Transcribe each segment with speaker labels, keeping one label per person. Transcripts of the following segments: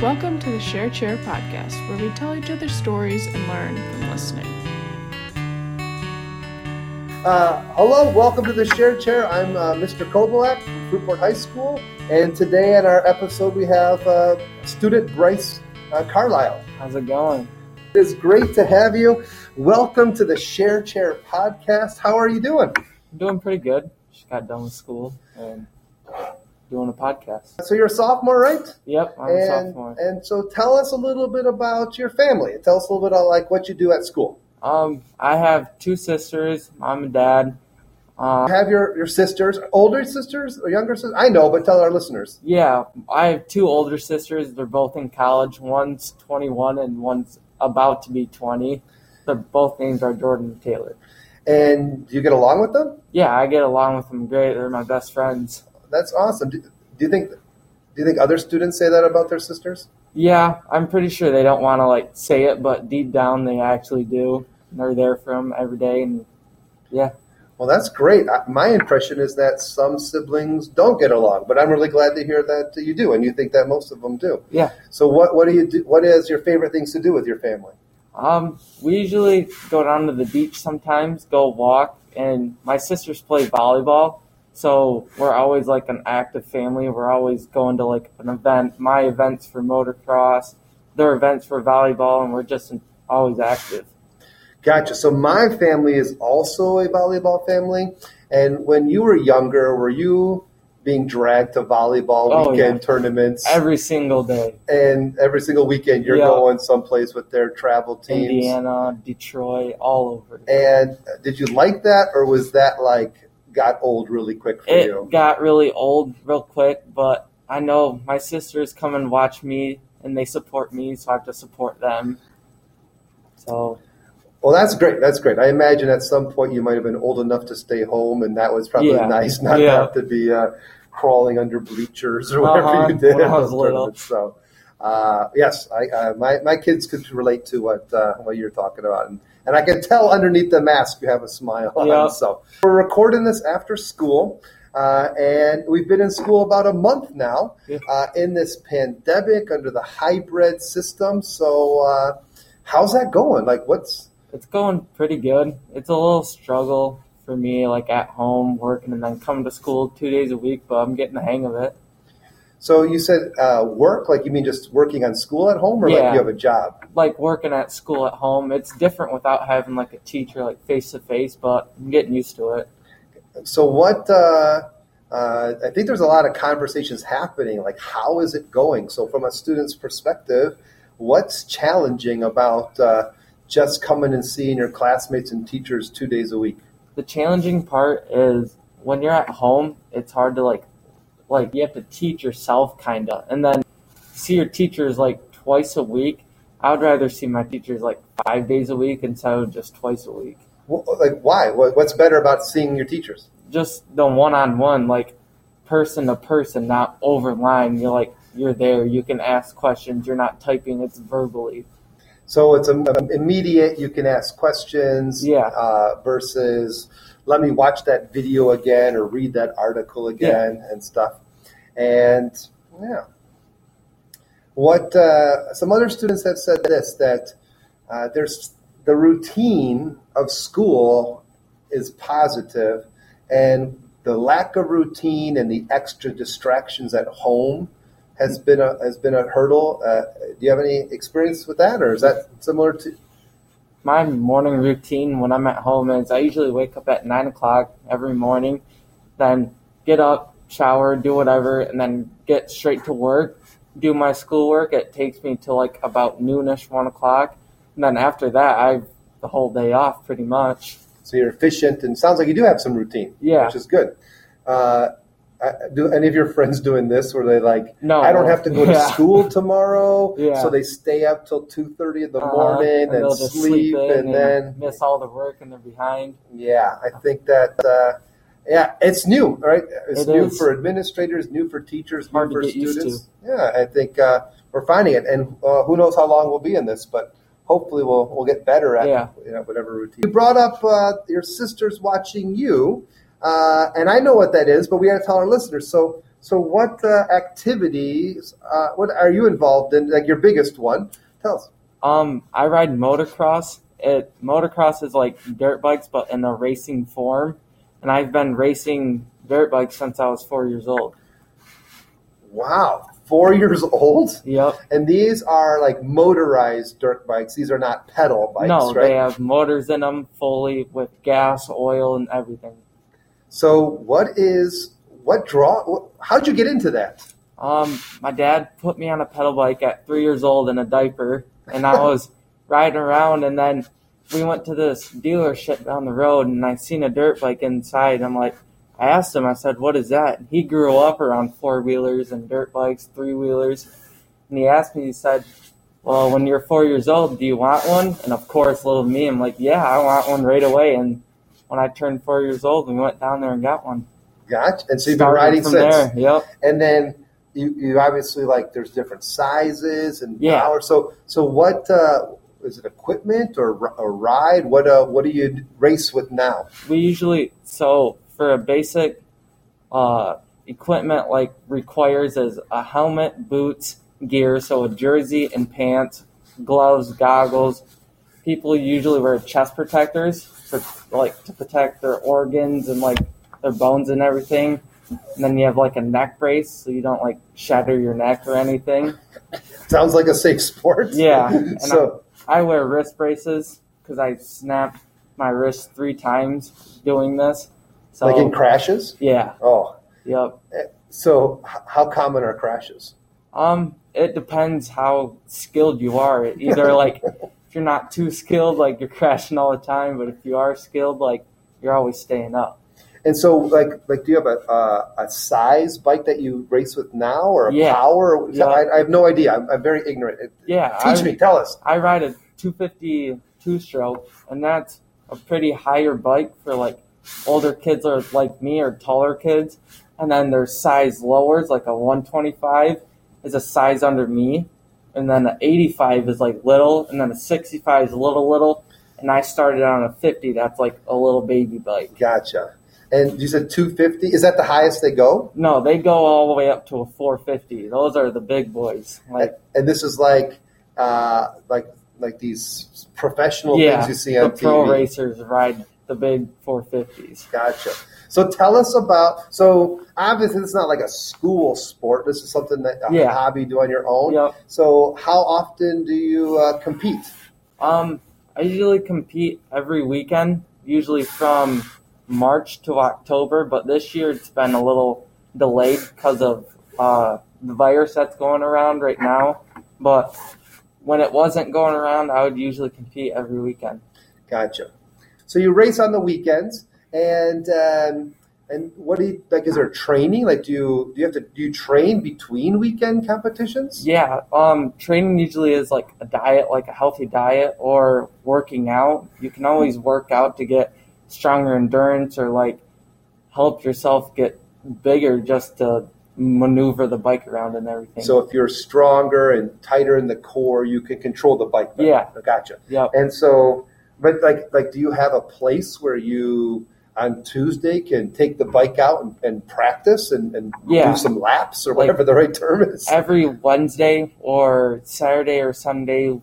Speaker 1: Welcome to the Share Chair podcast, where we tell each other stories and learn from listening.
Speaker 2: Uh, hello, welcome to the Shared Chair. I'm uh, Mr. Kovalak from Fruitport High School, and today in our episode we have uh, student Bryce uh, Carlisle.
Speaker 3: How's it going?
Speaker 2: It is great to have you. Welcome to the Share Chair podcast. How are you doing?
Speaker 3: I'm doing pretty good. Just got done with school and doing a podcast.
Speaker 2: So you're a sophomore, right?
Speaker 3: Yep, I'm a
Speaker 2: and,
Speaker 3: sophomore.
Speaker 2: And so tell us a little bit about your family. Tell us a little bit about like what you do at school.
Speaker 3: Um, I have two sisters, mom and dad. Uh,
Speaker 2: Have your, your sisters, older sisters or younger sisters? I know, but tell our listeners.
Speaker 3: yeah, I have two older sisters. They're both in college. One's 21 and one's about to be 20. They're both names are Jordan and Taylor.
Speaker 2: And do you get along with them?
Speaker 3: Yeah, I get along with them great. They're my best friends.
Speaker 2: That's awesome. Do, do you think do you think other students say that about their sisters?
Speaker 3: Yeah, I'm pretty sure they don't want to like say it, but deep down they actually do. And they're there for them every day, and yeah,
Speaker 2: Well, that's great. I, my impression is that some siblings don't get along, but I'm really glad to hear that you do, and you think that most of them do.
Speaker 3: yeah.
Speaker 2: So, what what do you do? What is your favorite things to do with your family?
Speaker 3: Um, we usually go down to the beach sometimes, go walk, and my sisters play volleyball. So we're always like an active family. We're always going to like an event. My events for motocross, their events for volleyball, and we're just always active.
Speaker 2: Gotcha. So, my family is also a volleyball family, and when you were younger, were you being dragged to volleyball
Speaker 3: Oh,
Speaker 2: weekend
Speaker 3: yeah.
Speaker 2: tournaments?
Speaker 3: Every single day.
Speaker 2: and every single weekend, you're
Speaker 3: Yeah.
Speaker 2: going someplace with their travel teams.
Speaker 3: Indiana, Detroit, all over.
Speaker 2: And did you like that, or was that like got old really quick for
Speaker 3: it
Speaker 2: you?
Speaker 3: got really old real quick, but I know my sisters come and watch me and they support me, so I have to support them. So
Speaker 2: Well, that's great. That's great. I imagine at some point you might have been old enough to stay home, and that was probably
Speaker 3: Yeah.
Speaker 2: nice not to
Speaker 3: Yeah.
Speaker 2: have to be uh, crawling under bleachers or whatever
Speaker 3: Uh-huh.
Speaker 2: you did.
Speaker 3: When I
Speaker 2: at
Speaker 3: was
Speaker 2: those
Speaker 3: little.
Speaker 2: tournaments. So, uh, yes, I, uh, my my kids could relate to what uh, what you're talking about, and and I can tell underneath the mask you have a smile.
Speaker 3: Yeah.
Speaker 2: On, so we're recording this after school. Uh, and we've been in school about a month now
Speaker 3: Yeah.
Speaker 2: uh, in this pandemic under the hybrid system. So, uh, how's that going? Like, what's
Speaker 3: it's going pretty good. It's a little struggle for me, like at home working and then coming to school two days a week, but I'm getting the hang of it.
Speaker 2: So you said uh, work, like you mean just working on school at home, or like
Speaker 3: Yeah.
Speaker 2: you have a job?
Speaker 3: Like working at school at home, it's different without having like a teacher like face to face, but I'm getting used to it.
Speaker 2: So what? Uh, uh, I think there's a lot of conversations happening. Like, how is it going? So from a student's perspective, what's challenging about uh, just coming and seeing your classmates and teachers two days a week?
Speaker 3: the challenging part is when you're at home it's hard to like like you have to teach yourself kind of and then see your teachers like twice a week i would rather see my teachers like five days a week instead of just twice a week
Speaker 2: Wh- Like, why? What- What's better about seeing your teachers?
Speaker 3: just the one-on-one like person to person not over line you're like you're there you can ask questions you're not typing it's verbally
Speaker 2: So it's um, immediate. You can ask questions.
Speaker 3: Yeah.
Speaker 2: Uh, versus, let me watch that video again or read that article again and stuff. And yeah, what uh, some other students have said this that uh, there's the routine of school is positive, and the lack of routine and the extra distractions at home has been a has been a hurdle. Uh, do you have any experience with that, or is that similar to?
Speaker 3: my morning routine when I'm at home is I usually wake up at nine o'clock every morning, then get up, shower, do whatever, and then get straight to work, do my schoolwork. It takes me till like about noonish, one o'clock, and then after that I have the whole day off pretty much.
Speaker 2: So you're efficient, and sounds like you do have some routine,
Speaker 3: Yeah,
Speaker 2: which is good. Uh, I, do any of your friends doing this? Where they like,
Speaker 3: no,
Speaker 2: I don't have to go
Speaker 3: Yeah.
Speaker 2: to school tomorrow,
Speaker 3: Yeah.
Speaker 2: so they stay up till two thirty in the
Speaker 3: Uh-huh.
Speaker 2: morning and,
Speaker 3: they'll just
Speaker 2: sleep,
Speaker 3: in
Speaker 2: and then
Speaker 3: miss all the work and they're behind.
Speaker 2: Yeah, I think that. Uh, yeah, it's new, right? It's
Speaker 3: It
Speaker 2: new
Speaker 3: is.
Speaker 2: for administrators, new for teachers,
Speaker 3: Hard
Speaker 2: new for
Speaker 3: to get used
Speaker 2: students. Yeah, I think uh, we're finding it, and uh, who knows how long we'll be in this, but hopefully we'll we'll get better at
Speaker 3: Yeah.
Speaker 2: you know, whatever routine. You brought up uh, your sisters watching you, uh, and I know what that is, but we got to tell our listeners. So, So, what uh, activities? Uh, what are you involved in? Like your biggest one? Tell us.
Speaker 3: Um, I ride motocross. It motocross is like dirt bikes, but in a racing form. And I've been racing dirt bikes since I was four years old.
Speaker 2: Wow, four years old,
Speaker 3: Yep.
Speaker 2: and these are like motorized dirt bikes. These are not pedal bikes,
Speaker 3: no,
Speaker 2: right?
Speaker 3: they have motors in them fully with gas, oil, and everything.
Speaker 2: So, what is what draw? What, how'd you get into that?
Speaker 3: Um, my dad put me on a pedal bike at three years old in a diaper, and I was riding around. And then we went to this dealership down the road, and I seen a dirt bike inside. I'm like, I asked him, I said, "What is that?" And he grew up around four wheelers and dirt bikes, three wheelers, and he asked me. He said, "Well, when you're four years old, do you want one?" And of course, little me, I'm like, "Yeah, I want one right away." And when I turned four years old, we went down there and got one.
Speaker 2: Gotcha. And so you've
Speaker 3: Started
Speaker 2: been riding
Speaker 3: from
Speaker 2: since,
Speaker 3: there. Yep.
Speaker 2: and then you, you obviously like there's different sizes and
Speaker 3: Yeah.
Speaker 2: power. So, so what uh, is it? Equipment or a ride? What uh, what do you race with now?
Speaker 3: we usually so for a basic uh, equipment like requires is a helmet, boots, gear, so a jersey and pants, gloves, goggles. People usually wear chest protectors for like to protect their organs and like their bones and everything. And then you have like a neck brace so you don't like shatter your neck or anything.
Speaker 2: Sounds like a safe sport.
Speaker 3: Yeah, and
Speaker 2: so
Speaker 3: I wear wrist braces because I snapped my wrist three times doing this. So
Speaker 2: like in crashes.
Speaker 3: yeah,
Speaker 2: Oh,
Speaker 3: yep.
Speaker 2: so h- how common are crashes?
Speaker 3: Um, it depends how skilled you are. It Either like if you're not too skilled, like you're crashing all the time, but if you are skilled, like you're always staying up.
Speaker 2: And so, like, like, do you have a uh, a size bike that you race with now, or a
Speaker 3: Yeah.
Speaker 2: power?
Speaker 3: Yeah.
Speaker 2: I, I have no idea. I'm, I'm very ignorant. It-
Speaker 3: Yeah,
Speaker 2: Teach
Speaker 3: I,
Speaker 2: me. Tell us.
Speaker 3: I ride a 250 two stroke, and that's a pretty higher bike for like older kids or like me or taller kids. And then there's size lowers, like a 125 is a size under me, and then an 85 is like little, and then a 65 is little, little. And I started on a 50, that's like a little baby bike.
Speaker 2: Gotcha. And you said 250. Is that the highest they go?
Speaker 3: No, they go all the way up to a 450. Those are the big boys. Like,
Speaker 2: And this is like, uh, like, like these professional
Speaker 3: yeah,
Speaker 2: things you see on
Speaker 3: the pro
Speaker 2: TV.
Speaker 3: racers ride the big 450s.
Speaker 2: Gotcha. So tell us about. So obviously, it's not like a school sport. This is something that a
Speaker 3: Yeah.
Speaker 2: hobby you do on your own.
Speaker 3: Yep.
Speaker 2: So how often do you uh, compete?
Speaker 3: Um, I usually compete every weekend, usually from March to October, but this year it's been a little delayed because of uh, the virus that's going around right now. But when it wasn't going around, I would usually compete every weekend.
Speaker 2: Gotcha. So you race on the weekends, and um, and what do you like? Is there training? Like, do you do you have to do you train between weekend competitions?
Speaker 3: Yeah, um, training usually is like a diet, like a healthy diet, or working out. You can always work out to get stronger endurance or like help yourself get bigger just to maneuver the bike around and everything.
Speaker 2: So if you're stronger and tighter in the core, you can control the bike. Better.
Speaker 3: Yeah.
Speaker 2: Gotcha.
Speaker 3: Yep.
Speaker 2: And so, but like like, do you have a place where you on Tuesday can take the bike out and, and practice and, and
Speaker 3: Yeah.
Speaker 2: do some laps or
Speaker 3: Like-
Speaker 2: whatever the right term is?
Speaker 3: Every Wednesday or Saturday or Sunday,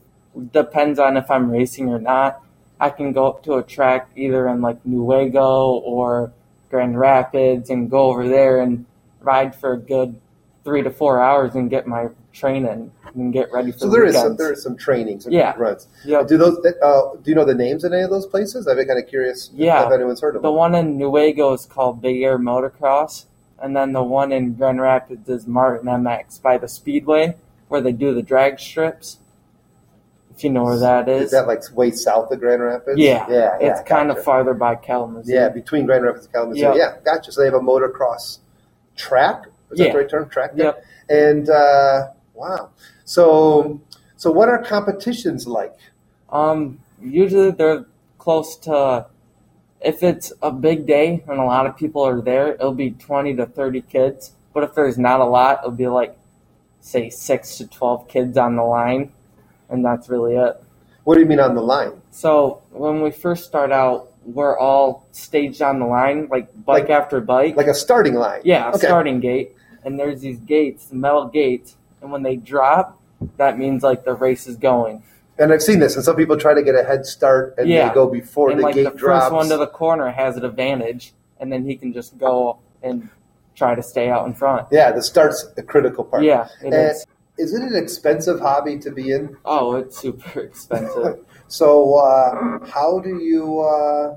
Speaker 3: depends on if I'm racing or not. I can go up to a track either in like Nuevo or Grand Rapids and go over there and ride for a good three to four hours and get my training and get ready for
Speaker 2: So
Speaker 3: the
Speaker 2: there is
Speaker 3: weekends.
Speaker 2: some, there is some training, some
Speaker 3: Yeah.
Speaker 2: runs.
Speaker 3: Yep.
Speaker 2: Do those? Uh, do you know the names in any of those places? I've been kind of curious
Speaker 3: Yeah.
Speaker 2: if anyone's heard of
Speaker 3: The
Speaker 2: them.
Speaker 3: one in Nuevo is called Big Air Motocross, and then the one in Grand Rapids is Martin MX by the Speedway, where they do the drag strips. If you know where that is,
Speaker 2: Is that like way south of Grand Rapids?
Speaker 3: yeah,
Speaker 2: yeah, yeah
Speaker 3: it's kind
Speaker 2: gotcha.
Speaker 3: of farther by Kalamazoo.
Speaker 2: yeah between Grand Rapids and Kalamazoo.
Speaker 3: Yep.
Speaker 2: Yeah, gotcha. So they have a motocross track. Is that
Speaker 3: Yeah.
Speaker 2: the right term? Track. there?
Speaker 3: Yep.
Speaker 2: And uh, wow. So so what are competitions like?
Speaker 3: Um, usually they're close to. If it's a big day and a lot of people are there, it'll be twenty to thirty kids. But if there's not a lot, it'll be like, say, six to twelve kids on the line, and that's really it.
Speaker 2: What do you mean on the line?
Speaker 3: So when we first start out, we're all staged on the line, like bike
Speaker 2: Like-
Speaker 3: after bike.
Speaker 2: Like a starting line?
Speaker 3: yeah,
Speaker 2: Okay.
Speaker 3: starting gate. and there's these gates, metal gates, and when they drop, that means like the race is going.
Speaker 2: And I've seen this, and some people try to get a head start and
Speaker 3: Yeah.
Speaker 2: they go before
Speaker 3: and
Speaker 2: the
Speaker 3: like
Speaker 2: gate
Speaker 3: the
Speaker 2: drops.
Speaker 3: first one to the corner has an advantage, and then he can just go and try to stay out in front.
Speaker 2: yeah, the start's a critical part.
Speaker 3: Yeah, it
Speaker 2: And
Speaker 3: is.
Speaker 2: is it an expensive hobby to be in?
Speaker 3: Oh, it's super expensive.
Speaker 2: So uh, how do you uh,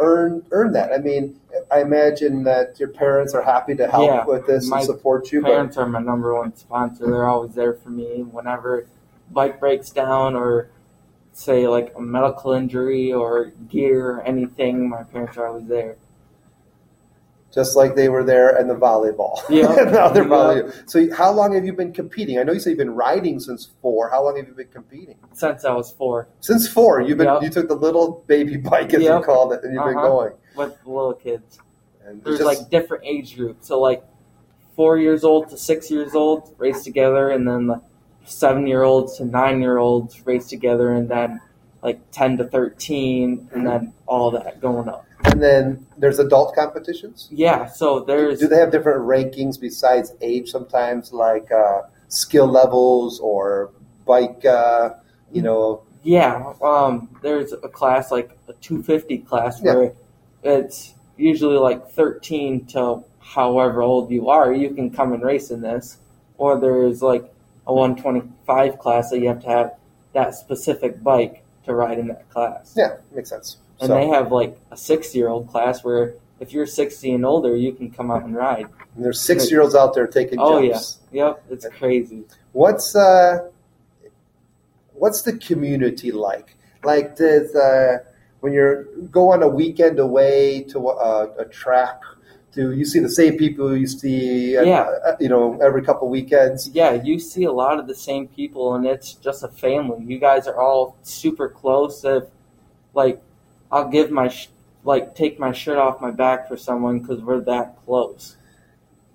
Speaker 2: earn earn that? I mean, I imagine that your parents are happy to help
Speaker 3: Yeah,
Speaker 2: with this
Speaker 3: my
Speaker 2: and support you, but
Speaker 3: parents are my number one sponsor. They're always there for me whenever bike breaks down or say like a medical injury or gear or anything. My parents are always there.
Speaker 2: just like they were there and the volleyball.
Speaker 3: Yeah.
Speaker 2: the other
Speaker 3: Yeah.
Speaker 2: volleyball. So how long have you been competing? I know you say you've been riding since four. How long have you been competing?
Speaker 3: Since I was four,
Speaker 2: Since four, you've been
Speaker 3: Yep.
Speaker 2: you took the little baby bike as
Speaker 3: Yep.
Speaker 2: you called it, and you've been
Speaker 3: Uh-huh.
Speaker 2: going.
Speaker 3: with little kids,
Speaker 2: And it's
Speaker 3: there's
Speaker 2: just-
Speaker 3: like different age groups. So like four years old to six years old race together, and then the seven year olds to nine year olds race together, and then like ten to thirteen, and then all that going up.
Speaker 2: and then there's adult competitions.
Speaker 3: Yeah. So there's
Speaker 2: Do they have different rankings besides age? Sometimes, like uh, skill levels or bike, uh, you know,
Speaker 3: Yeah, um, there's a class like a 250 class
Speaker 2: Yeah.
Speaker 3: where it's usually like 13 to however old you are, you can come and race in this. Or there's like a 125 class that you have to have that specific bike to ride in that class.
Speaker 2: yeah, makes sense.
Speaker 3: And
Speaker 2: so
Speaker 3: they have like a 60 year old class where if you're 60 and older, you can come out and ride.
Speaker 2: and there's six year olds out there taking
Speaker 3: Oh,
Speaker 2: jumps.
Speaker 3: Yep, it's crazy.
Speaker 2: What's uh, what's the community like? Like, does uh, when you're go on a weekend away to a, a track? Do you see the same people you see? uh,
Speaker 3: Yeah.
Speaker 2: uh, you know, every couple weekends.
Speaker 3: yeah, you see a lot of the same people, and it's just a family. You guys are all super close. If like, I'll give my sh- like take my shirt off my back for someone because we're that close.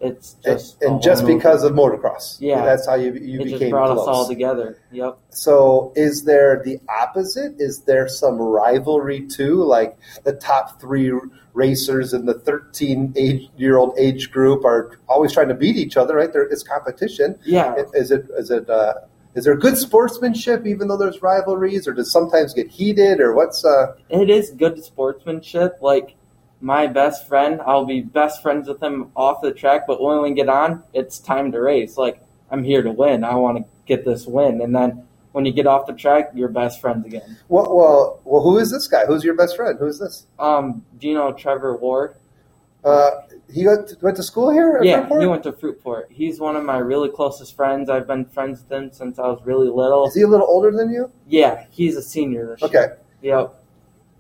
Speaker 3: It's just
Speaker 2: and,
Speaker 3: a
Speaker 2: and just
Speaker 3: whole nother-
Speaker 2: because of motocross,
Speaker 3: Yeah.
Speaker 2: that's how you you
Speaker 3: it
Speaker 2: became
Speaker 3: just brought
Speaker 2: close.
Speaker 3: us all together. Yep.
Speaker 2: So, is there the opposite? Is there some rivalry too? Like the top three racers in the 13 age, year old age group are always trying to beat each other, right? There is competition.
Speaker 3: Yeah.
Speaker 2: Is it, is it, uh, is there good sportsmanship even though there's rivalries or does sometimes get heated or what's, uh,
Speaker 3: it is good sportsmanship. Like my best friend, I'll be best friends with him off the track, but when we get on, it's time to race. Like I'm here to win. I want to get this win, and then when you get off the track, you're best friends again.
Speaker 2: well, well, well, who is this guy? Who's your best friend? Who is this?
Speaker 3: Um, do you know Trevor Ward?
Speaker 2: Uh, he went to, went to school here? at
Speaker 3: Yeah,
Speaker 2: Fairport?
Speaker 3: he went to Fruitport. He's one of my really closest friends. I've been friends with him since I was really little.
Speaker 2: Is he a little older than you?
Speaker 3: Yeah, he's a senior this
Speaker 2: Okay.
Speaker 3: year. Yep.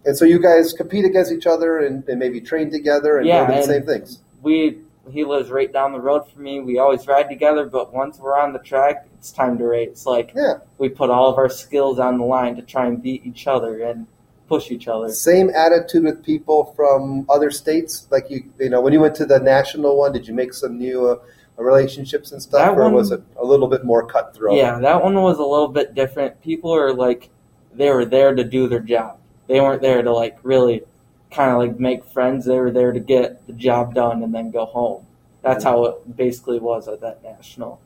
Speaker 2: And so you guys compete against each other and, and maybe train together and
Speaker 3: Yeah,
Speaker 2: do the
Speaker 3: and-
Speaker 2: same things.
Speaker 3: we he lives right down the road from me. We always ride together, but once we're on the track, it's time to race. Like
Speaker 2: Yeah.
Speaker 3: we put all of our skills on the line to try and beat each other and push each other.
Speaker 2: Same attitude with people from other states. Like you, you know, when you went to the national one, did you make some new uh, relationships and stuff,
Speaker 3: That
Speaker 2: or
Speaker 3: one-
Speaker 2: was it a little bit more cutthroat?
Speaker 3: Yeah, that one was a little bit different. People are like they were there to do their job. They weren't there to like really kind of like make friends. They were there to get the job done and then go home. That's how it basically was at that national.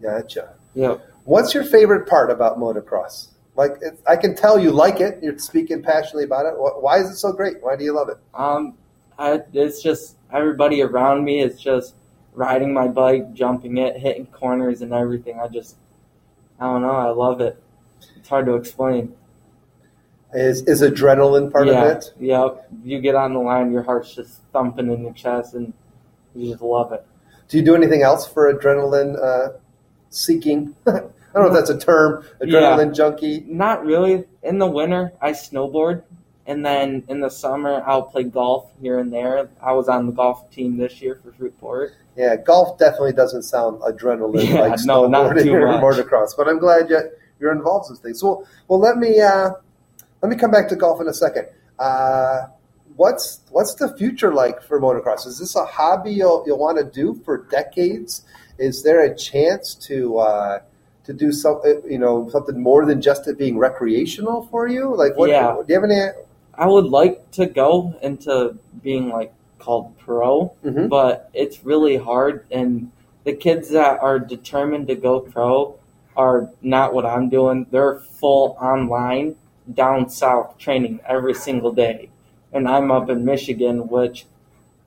Speaker 2: Gotcha.
Speaker 3: Yep.
Speaker 2: What's your favorite part about motocross? Like, it, I can tell you like it. You're speaking passionately about it. Wh- Why is it so great? Why do you love it?
Speaker 3: Um, I, it's just everybody around me is just riding my bike, jumping it, hitting corners and everything. I just, I don't know. I love it. It's hard to explain.
Speaker 2: Is is adrenaline part
Speaker 3: yeah,
Speaker 2: of it?
Speaker 3: Yep. You get on the line, your heart's just thumping in your chest, and you just love it.
Speaker 2: Do you do anything else for adrenaline uh, seeking? I don't know if that's a term. Adrenaline junkie.
Speaker 3: Not really. In the winter, I snowboard, and then in the summer, I'll play golf here and there. I was on the golf team this year for Fruitport.
Speaker 2: Yeah, golf definitely doesn't sound adrenaline
Speaker 3: Yeah,
Speaker 2: like
Speaker 3: no, not
Speaker 2: snowboarding
Speaker 3: too
Speaker 2: or
Speaker 3: much.
Speaker 2: motocross. But I'm glad you, you're involved in things. Well, well, let me uh, let me come back to golf in a second. Uh, what's what's the future like for motocross? Is this a hobby you'll you'll want to do for decades? Is there a chance to uh, to do something you know something more than just it being recreational for you? Like, what
Speaker 3: Yeah.
Speaker 2: do you have any?
Speaker 3: I would like to go into being like called pro,
Speaker 2: Mhm.
Speaker 3: but it's really hard. And the kids that are determined to go pro are not what I'm doing. They're full online down south training every single day. And I'm up in Michigan, which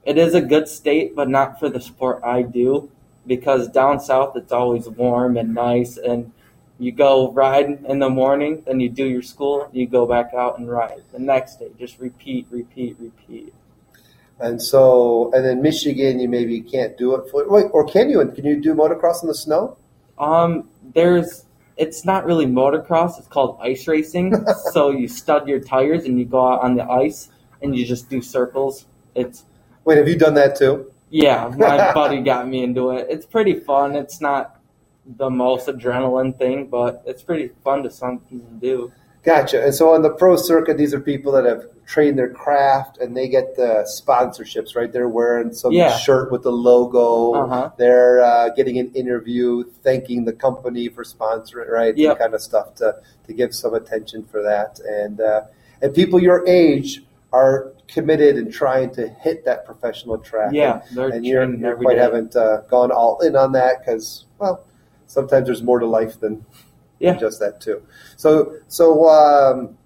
Speaker 3: it is a good state, but not for the sport I do because down south it's always warm and nice and you go ride in the morning, then you do your school, you go back out and ride the next day. Just repeat, repeat, repeat.
Speaker 2: And so, and then Michigan, you maybe can't do it for, wait, or can you? And can you do motocross in the snow?
Speaker 3: Um, there's it's not really motocross, it's called ice racing. so you stud your tires and you go out on the ice and you just do circles. It's
Speaker 2: Wait, have you done that too?
Speaker 3: yeah, my buddy got me into it. It's pretty fun. It's not the most adrenaline thing, but it's pretty fun to something to do.
Speaker 2: Gotcha. And so on the pro circuit, these are people that have trained their craft and they get the sponsorships, right? They're wearing some
Speaker 3: Yeah.
Speaker 2: shirt with the logo.
Speaker 3: Uh-huh.
Speaker 2: They're uh, getting an interview, thanking the company for sponsoring, right?
Speaker 3: Yep.
Speaker 2: That kind of stuff to, to give some attention for that. And uh, and people your age are committed and trying to hit that professional track.
Speaker 3: Yeah, they're
Speaker 2: and you're,
Speaker 3: training
Speaker 2: you
Speaker 3: every
Speaker 2: quite
Speaker 3: day.
Speaker 2: haven't uh, gone all in on that because well sometimes there's more to life than
Speaker 3: Yeah.
Speaker 2: just that too so so um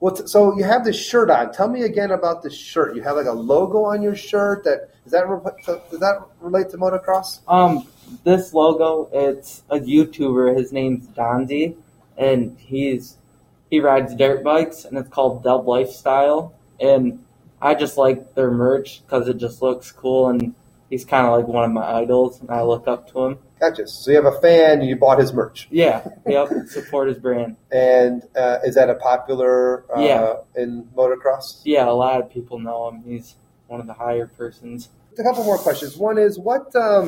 Speaker 2: what so you have this shirt on tell me again about this shirt you have like a logo on your shirt that is that re- so does that relate to motocross
Speaker 3: Um, this logo, it's a YouTuber. His name's Donzi, and he's he rides dirt bikes, and it's called Dub Lifestyle. And I just like their merch because it just looks cool, and he's kind of like one of my idols, and I look up to him.
Speaker 2: gotcha so you have a fan and you bought his merch
Speaker 3: Yeah, yep, support his brand.
Speaker 2: and uh, is that a popular uh,
Speaker 3: Yeah.
Speaker 2: in motocross
Speaker 3: Yeah, a lot of people know him. He's one of the higher persons.
Speaker 2: a couple more questions one is what um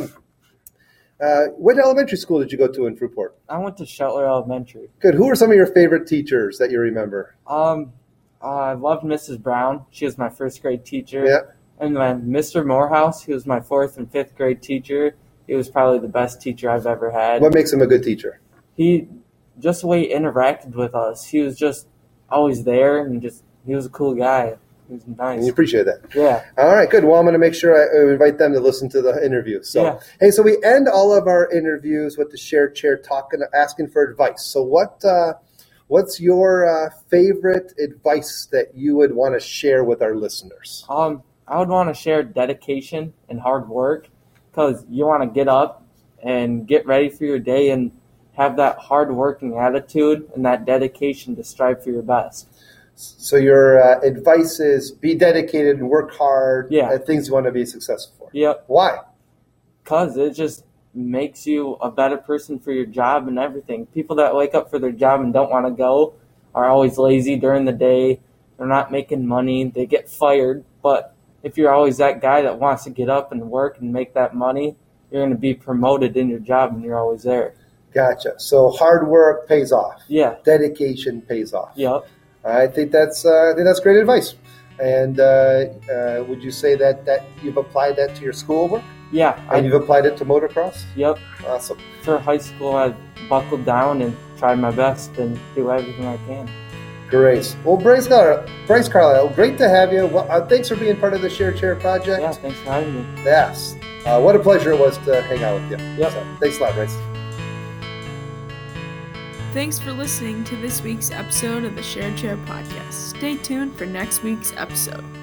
Speaker 2: uh, what elementary school did you go to in Fruitport?
Speaker 3: I went to Shetler Elementary.
Speaker 2: Good. Who are some of your favorite teachers that you remember?
Speaker 3: Um, I loved Mrs. Brown. She was my first grade teacher.
Speaker 2: Yeah.
Speaker 3: And then Mr. Morehouse, who was my fourth and fifth grade teacher, he was probably the best teacher I've ever had.
Speaker 2: What makes him a good teacher?
Speaker 3: He just the way he interacted with us, he was just always there and just he was a cool guy. He was
Speaker 2: And you
Speaker 3: nice.
Speaker 2: appreciate that.
Speaker 3: Yeah.
Speaker 2: All right, good. Well, I'm going to make sure I uh, invite them to listen to the interview. So,
Speaker 3: Yeah.
Speaker 2: hey, so we end all of our interviews with the share chair talking, asking for advice. So, what uh, what's your uh, favorite advice that you would want to share with our listeners?
Speaker 3: Um, I would want to share dedication and hard work because you want to get up and get ready for your day and have that hard working attitude and that dedication to strive for your best.
Speaker 2: So, your uh, advice is be dedicated and work hard
Speaker 3: Yeah.
Speaker 2: at things you want to be successful for.
Speaker 3: Yep.
Speaker 2: Why?
Speaker 3: because it just makes you a better person for your job and everything. People that wake up for their job and don't want to go are always lazy during the day. They're not making money. They get fired. But if you're always that guy that wants to get up and work and make that money, you're going to be promoted in your job and you're always there.
Speaker 2: Gotcha. So, hard work pays off.
Speaker 3: Yeah.
Speaker 2: Dedication pays off.
Speaker 3: Yep.
Speaker 2: I think that's uh, I think that's great advice. And uh, uh, would you say that that you've applied that to your schoolwork
Speaker 3: Yeah.
Speaker 2: and
Speaker 3: I,
Speaker 2: you've applied it to motocross?
Speaker 3: yep.
Speaker 2: Awesome.
Speaker 3: For high school, I buckled down and tried my best and do everything I can.
Speaker 2: Great. Well, Bryce Carlisle, Bryce Carlisle, great to have you. Well, uh, thanks for being part of the Share Chair project.
Speaker 3: Yeah. Thanks for having me.
Speaker 2: Yes. Uh, what a pleasure it was to hang out with you.
Speaker 3: Yep.
Speaker 2: So, thanks a lot, Bryce.
Speaker 1: Thanks for listening to this week's episode of the Share Chair Podcast. Stay tuned for next week's episode.